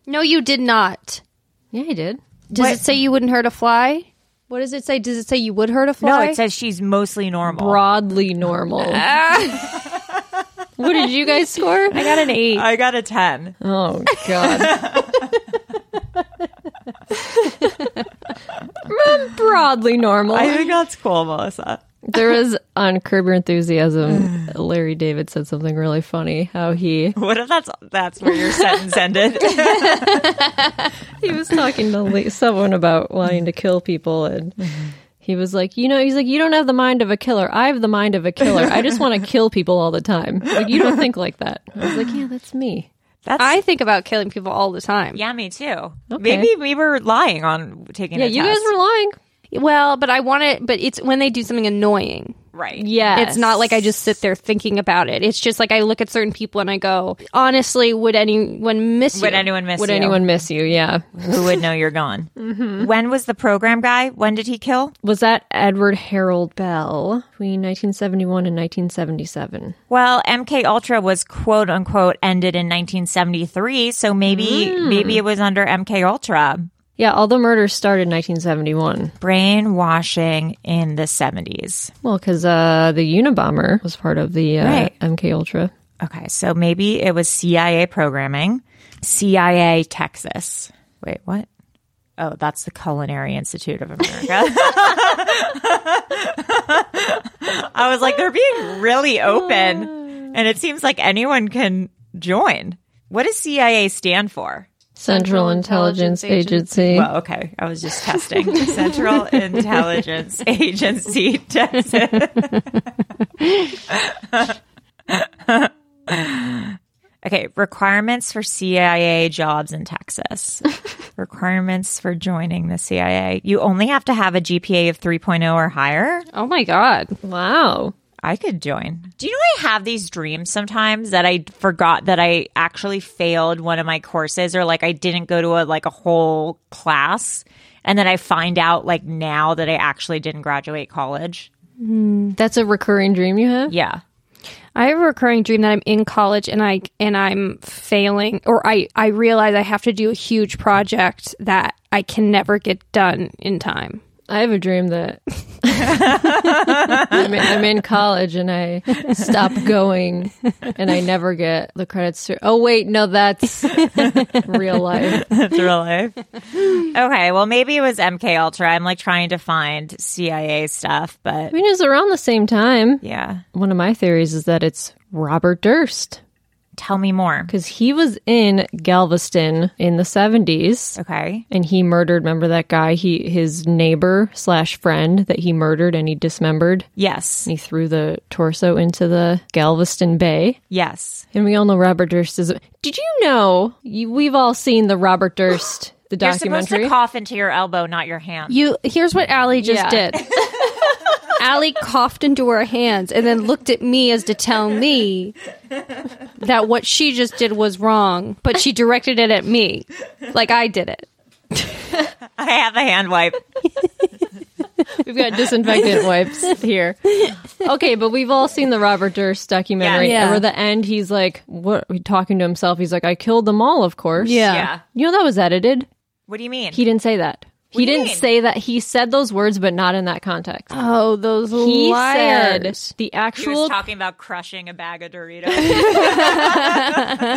C: No, you did not.
B: Yeah, I did.
C: Does it say you wouldn't hurt a fly? What does it say? Does it say you would hurt a
A: No,
C: fly?
A: it says she's mostly normal.
B: Broadly normal. what did you guys score?
C: I got an eight.
A: I got a ten.
B: Oh, God. Broadly normal.
A: I think that's cool, Melissa.
B: There was on Curb Your Enthusiasm, Larry David said something really funny. How he
A: What if that's that's where your sentence ended?
B: he was talking to Lee, someone about wanting to kill people, and he was like, you know, he's like, you don't have the mind of a killer. I have the mind of a killer. I just want to kill people all the time. Like you don't think like that. I was like, yeah, that's me.
A: that's
C: I think about killing people all the time.
A: Yeah, me too.
B: Okay.
A: Maybe we were lying on taking.
B: Yeah,
A: a
B: you
A: test.
B: guys were lying.
C: Well, but I want it. But it's when they do something annoying.
A: Right.
C: Yeah. It's not like I just sit there thinking about it. It's just like I look at certain people and I go, honestly, would anyone miss
A: Would
C: you?
A: anyone miss
B: Would
A: you?
B: anyone Mm-hmm. miss you? Yeah.
A: Who would know you're gone? When was the program guy? When did he kill?
B: Was that Edward Harold Bell between 1971 and 1977?
A: Well, MK Ultra was quote unquote ended in 1973, so maybe
B: Hmm.
A: maybe it was under MK Ultra.
B: Yeah, all the murders started in 1971.
A: Brainwashing in the 70s.
B: Well, because uh, the Unabomber was part of the uh,
A: Right.
B: MK Ultra.
A: Okay, so maybe it was CIA programming, CIA Texas. Wait, what? Oh, that's the Culinary Institute of America. I was like, they're being really open, and it seems like anyone can join. What does CIA stand for?
B: Central, Intelligence, Agency.
A: Well, okay. I was just testing. Central Intelligence Agency, Texas. okay. Requirements for CIA jobs in Texas. requirements for joining the CIA. You only have to have a GPA of 3.0 or higher.
C: Oh my God.
B: Wow.
A: I could join. Do you know I have these dreams sometimes that I forgot that I actually failed one of my courses or like I didn't go to a like a whole class and then I find out like now that I actually didn't graduate college.
B: That's a recurring dream you have?
A: Yeah.
C: I have a recurring dream that I'm in college and I and I'm failing or I I realize I have to do a huge project that I can never get done in time.
B: I have a dream that I'm, in, I'm in college and I stop going and I never get the credits. To, oh, wait, no, that's real life.
A: That's real life. Okay, well maybe it was MK Ultra. I'm like trying to find CIA stuff, but
B: I mean, it's around the same time.
A: yeah.
B: One of my theories is that it's Robert Durst
A: Tell me more.
B: because he was in Galveston in the 70s.
A: Okay.
B: and he murdered remember that guy he his neighbor slash friend that he murdered and he dismembered
A: Yes.
B: and he threw the torso into the galveston bay
A: Yes.
B: and we all know robert durst is did you know you, we've all seen the robert durst the
A: You're supposed
B: documentary
A: to cough into your elbow, not your hand.
C: You here's what Allie just
B: Yeah.
C: did. Allie coughed into her hands and then looked at me as to tell me that what she just did was wrong, but she directed it at me like I did it.
A: I have a hand wipe.
B: we've got disinfectant wipes here okay but we've all seen the robert durst documentary
C: Yeah. Yeah.
B: where the end he's like what talking to himself he's like i killed them all of course
A: Yeah.
B: you know that was edited
A: What do you mean?
B: He didn't say that.
A: do
B: He
A: you
B: didn't
A: mean?
B: say that. He said those words, but not in that context.
C: Oh, those
B: he
C: liars.
B: said the
A: He was
B: actual.
A: talking about crushing a bag of Doritos.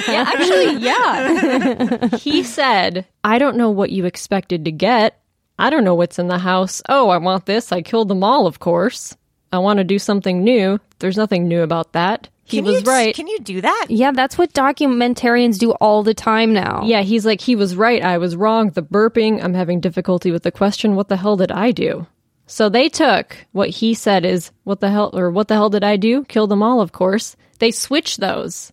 B: Yeah, actually, yeah. he said, "I don't know what you expected to get. I don't know what's in the house. Oh, I want this. I killed them all, of course. I want to do something new. There's nothing new about that." He
A: Can
B: was
A: you-
B: right.
A: Can you do that?
C: Yeah, that's what documentarians do all the time now.
B: yeah, he's like, he was right. I was wrong. The burping. I'm having difficulty with the question. What the hell did I do? So they took what he said is, what the hell, or what the hell did I do? Killed them all, of course. They switched those.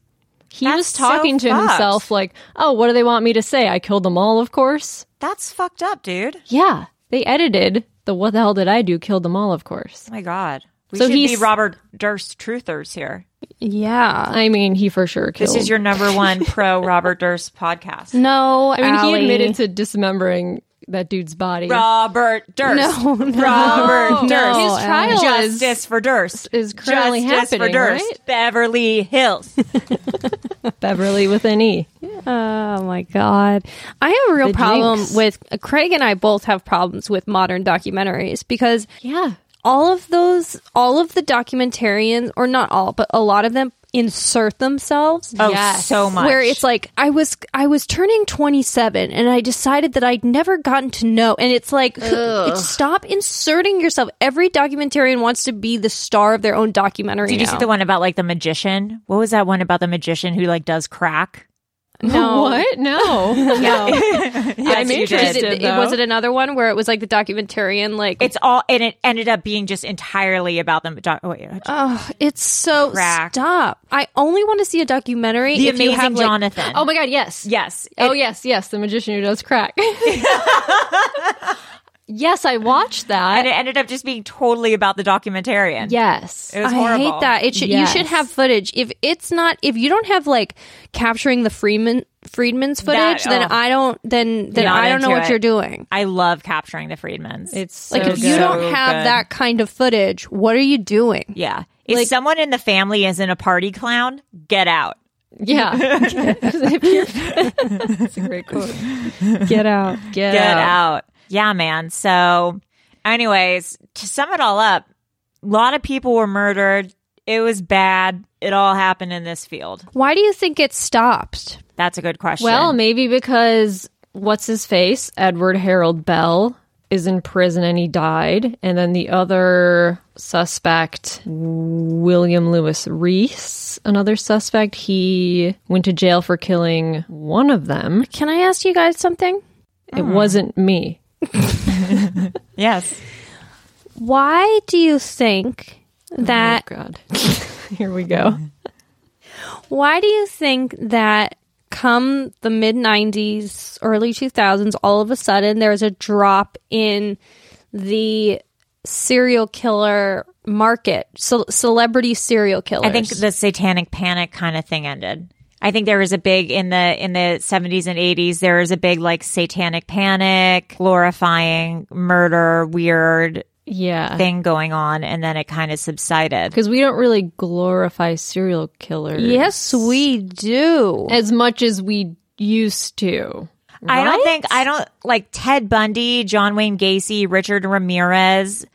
B: He
A: That's
B: was talking
A: so
B: to
A: fucked.
B: himself like, oh, what do they want me to say? I killed them all, of course.
A: That's fucked up, dude. Oh
B: Yeah. They edited the what the hell did I do? Killed them all, of course.
A: my god. We
B: So
A: should be
B: he's-
A: Robert Durst truthers here.
C: Yeah.
B: I mean, he for sure killed.
A: This is your number one pro Robert Durst podcast.
C: No,
B: I mean,
C: Allie.
B: he admitted to dismembering that dude's body.
A: Robert Durst.
C: No, no.
A: Robert
B: No,
A: Durst.
B: his trial is-
A: Justice for Durst
B: is currently
A: Justice for
B: happening,
A: Durst.
B: right?
A: Beverly Hills.
B: Beverly with an E.
C: Oh my god. I have a real
B: The
C: problem
B: jinx.
C: with Craig and I both have problems with modern documentaries because
B: Yeah.
C: all of those all of the documentarians or not all, but a lot of them insert themselves
A: Oh, so much.
C: where it's like I was I was turning 27 and I decided that I'd never gotten to know and it's like who- it's- stop inserting yourself every documentarian wants to be the star of their own documentary
A: Did you see
C: now.
A: the one about like the magician? What was that one about the magician who like does crack?
C: no
B: What? No. no. I'm
A: you did.
B: interested.
C: Is it, it,
B: though.
C: was it another one where it was like the documentarian like
A: It's all, and it ended up being just entirely about them. doc- wait,
C: oh it's so
A: Crack.
C: stop i only want to see a documentary
A: the
C: if you
A: amazing
C: have, like-
A: Jonathan.
B: Oh my god, yes.
A: yes.
B: Oh yes, yes, the magician who does crack. Yes, I watched that.
A: and it ended up just being totally about the documentarian.
B: Yes.
A: It was
C: I
A: horrible.
C: hate that. It should you should
B: Yes.
C: have footage. If it's not if you don't have like capturing the Freeman Freedman's
A: That-
C: footage, then
A: oh.
C: I don't then then
A: You're not
C: I don't know
A: into it.
C: what you're doing.
A: I love capturing the Freedmans.
B: It's
C: Like if you don't have that kind of footage, what are you doing?
A: Yeah. If someone in the family isn't a party clown, get out.
B: Yeah. That's a great quote. Get out. Get,
A: Get
C: Oh.
A: out. Yeah, man. So, anyways, to sum it all up, a lot of people were murdered. It was bad. It all happened in this field.
C: Why do you think it stopped?
A: That's a good question.
B: Well, maybe because what's his face? Edward Harold Bell is in prison and he died. And then the other suspect, William Lewis Reese, another suspect, he went to jail for killing one of them.
C: Can I ask you guys something?
B: It wasn't me.
A: yes.
C: Why do you think that
B: Oh, God. Here we go.
C: Why do you think that come the mid 90s, early 2000s, all of a sudden there's a drop in the serial killer market, ce- celebrity serial killers?
A: I think the satanic panic kind of thing ended. I think there was a big in the in the 70s and 80s there was a big like satanic panic, glorifying murder, weird
B: Yeah.
A: thing going on and then it kind of subsided.
B: Because we don't really glorify serial killers.
C: Yes, we do.
B: As much as we used to.
A: I
B: right?
A: don't think I don't like Ted Bundy, John Wayne Gacy, Richard Ramirez.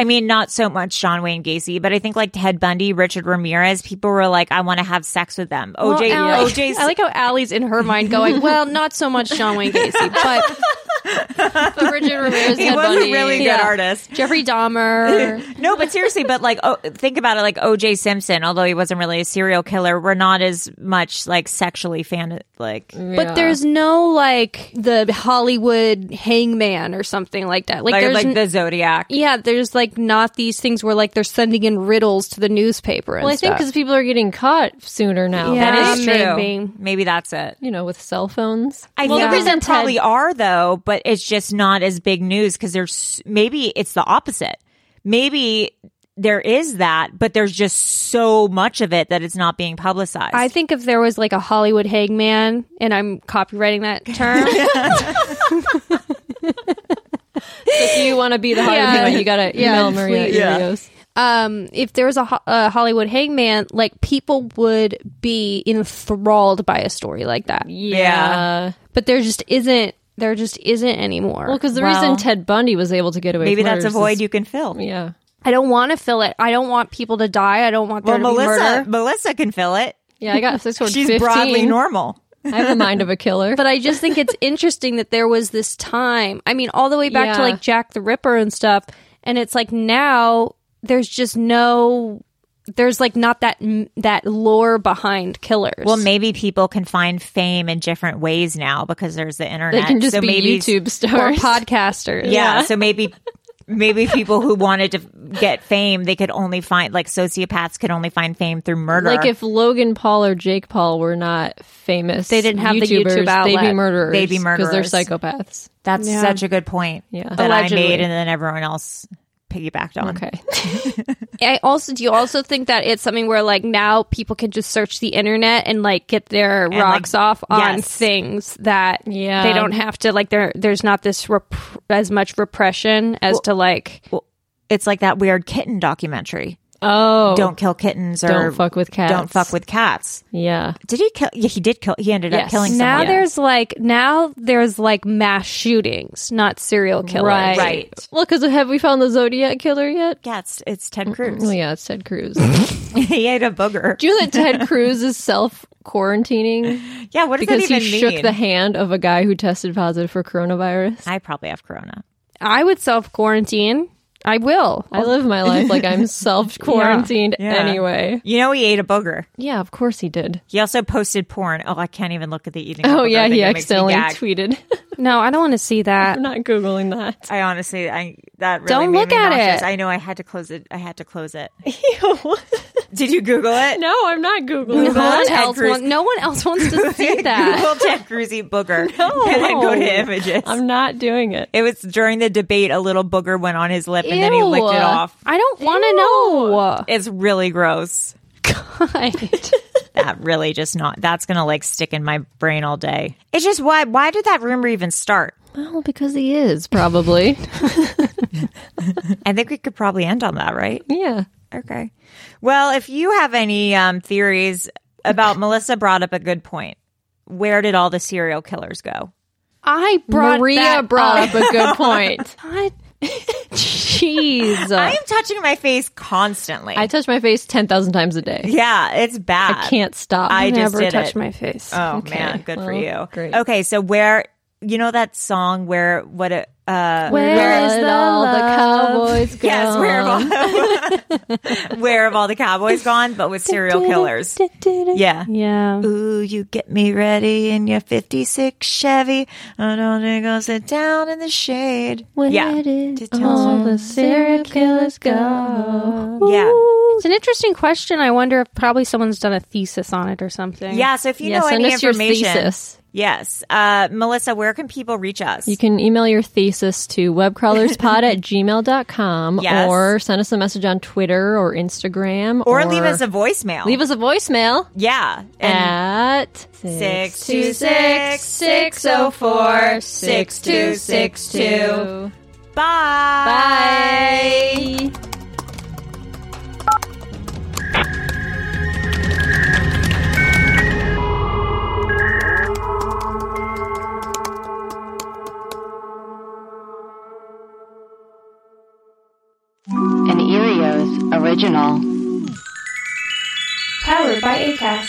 A: I mean, not so much John Wayne Gacy, but I think like Ted Bundy, Richard Ramirez, people were like, I want to have sex with them.
C: Well,
A: OJ,
C: Ally-
A: OJ's
C: Oh, I like how Allie's in her mind going, well, not so much John Wayne Gacy, but the Richard Ramirez
A: He
C: Ted
A: was a
C: Bundy,
A: really good artist.
C: Jeffrey Dahmer.
A: no, but seriously, but like, oh, think about it. Like O.J. Simpson, although he wasn't really a serial killer, we're not as much like sexually fan. Like,
C: But there's no like the Hollywood hangman or something like that. Like,
A: like,
C: there's
A: like
C: n-
A: the Zodiac.
C: Yeah, there's like not these things where like they're sending in riddles to the newspaper. And
B: Well, I think
C: stuff.
B: because people are getting caught sooner now.
C: Yeah.
A: That is true.
C: maybe.
A: Maybe. that's it.
B: You know, with cell phones.
A: I
B: Well,
A: think
B: there
A: there
B: was a
A: probably
B: Ted-
A: are though, but it's just not as big news because there's maybe it's the opposite. Maybe there is that, but there's just so much of it that it's not being publicized.
C: I think if there was like a Hollywood hangman, and I'm copywriting that term,
B: If you want to be the Hollywood
C: Yeah.
B: hero, you got to
C: Yeah,
B: email Maria
C: please. Yeah.
B: Irios.
C: um, if there was a, ho- a Hollywood hangman, like people would be enthralled by a story like that.
A: Yeah.
C: But there just isn't. There just isn't anymore.
B: Well, because the
C: Well,
B: reason Ted Bundy was able to get away
A: maybe
B: with
A: that's a
B: murders
A: void
B: is-
A: you can fill.
B: Yeah.
C: I don't want to fill it. I don't want people to die. I don't want there
A: Well,
C: to
A: Melissa,
C: be murder.
A: Melissa can fill it.
B: Yeah, I got six or
A: She's broadly
B: 15.
A: normal.
B: I have the mind of a killer.
C: but I just think it's interesting that there was this time. I mean, all the way back to
B: Yeah.
C: like Jack the Ripper and stuff. And it's like now there's just no, there's like not that that lore behind killers.
A: Well, maybe people can find fame in different ways now because there's the internet.
B: they can just
A: so
B: be
A: maybe
B: YouTube
C: or
B: stars.
C: podcasters.
A: Yeah, so maybe maybe people who wanted to get fame, they could only find like sociopaths could only find fame through murder.
B: Like if Logan Paul or Jake Paul were not famous,
C: They didn't have the YouTube
B: YouTubers, They'd
C: outlet.
B: be murderers.
A: They'd be
B: because they're
A: murderers.
B: psychopaths.
A: that's
C: Yeah.
A: such a good point.
B: Yeah.
A: That I
C: Allegedly.
A: made and then everyone else piggybacked on.
B: Okay.
C: I also do you also think that it's something where like now people can just search the internet and like get their
A: like,
C: rocks off on
A: yes.
C: things that
B: Yeah.
C: they don't have to like there there's not this rep- as much repression as to like
A: It's like that weird kitten documentary.
B: Oh,
A: Don't kill kittens or
B: Don't fuck with cats.
A: Don't fuck with cats.
B: Yeah.
A: Did he kill yeah, he did kill he ended up
B: Yes.
A: killing
C: now
A: someone.
C: there's like now there's like mass shootings, not serial killers.
B: Right.
A: Right.
B: Well, because have we found the Zodiac killer yet?
A: yeah, it's, it's Ted Cruz.
B: Oh yeah, it's Ted Cruz.
A: he ate a booger.
B: Do you know that Ted Cruz is self quarantining
A: yeah, what does
B: because
A: that even
B: he
A: mean?
B: shook the hand of a guy who tested positive for coronavirus?
A: I probably have corona.
C: I would self quarantine. I will.
B: I live my life like I'm self quarantined
A: Yeah.
B: anyway.
A: You know he ate a booger.
B: Yeah, of course he did.
A: He also posted porn. Oh, I can't even look at the eating.
B: Oh yeah, he
A: actually
B: accidentally tweeted.
C: No, I don't want to see that.
B: I'm not googling that.
A: I honestly, I that really
C: Don't
A: made
C: look
A: me
C: at
A: nauseous.
C: it.
A: I know I had to close it. I had to close it. Did you Google it?
B: No, I'm not googling
C: No
A: Google
C: one
A: Ted
C: else
A: Cruz.
C: wants. No one else wants to see
A: Google
C: that.
A: Ted Cruz eat booger. And then go to images.
B: I'm not doing it.
A: It was during the debate. A little booger went on his lip, and then he
C: Ew.
A: licked it off.
C: I don't want to know.
A: It's really gross. that really just not. That's gonna like stick in my brain all day. It's just why? Why did that rumor even start?
B: Well, because he is probably.
A: I think we could probably end on that, right?
B: yeah.
A: Okay. Well, if you have any um, theories about Melissa, brought up a good point. Where did all the serial killers go?
C: I brought
B: Maria
C: that
B: brought up.
C: up.
B: a good point.
C: God, jeez.
A: I am touching my face constantly.
B: Uh, I touch my face ten thousand times a day.
A: yeah, it's bad.
B: I can't stop.
A: I just
C: never
A: did it.
C: touched my face.
A: Oh
C: Okay.
A: man, good for
B: well,
A: you.
B: great.
A: Okay, so where you know that song where what it uh
C: Where's
B: Let
C: the
B: all the
C: love?
B: cowboys go?
A: Yes, where have, all, where have all the cowboys gone? But with serial killers. Yeah.
C: Yeah.
A: Ooh, you get me ready in your 56 Chevy. I don't think I'll sit down in the shade. yeah. To tell
C: all
A: some-
C: the serial killers go?
A: yeah.
C: It's an interesting question. I wonder if probably someone's done a thesis on it or something.
A: Yeah. So if you
B: Yeah,
A: know
B: send
A: any
B: us your
A: information.
B: thesis.
A: Yes. Uh, Melissa, where can people reach us?
B: You can email your thesis to webcrawlerspod at gmail.com
A: Yes.
B: or send us a message on Twitter or Instagram.
A: or, leave us a voicemail.
B: leave us a voicemail
A: yeah. And
B: at
A: six two six six oh four six two six two. Bye. Bye.
G: An Erios original.
C: Powered by ACAST.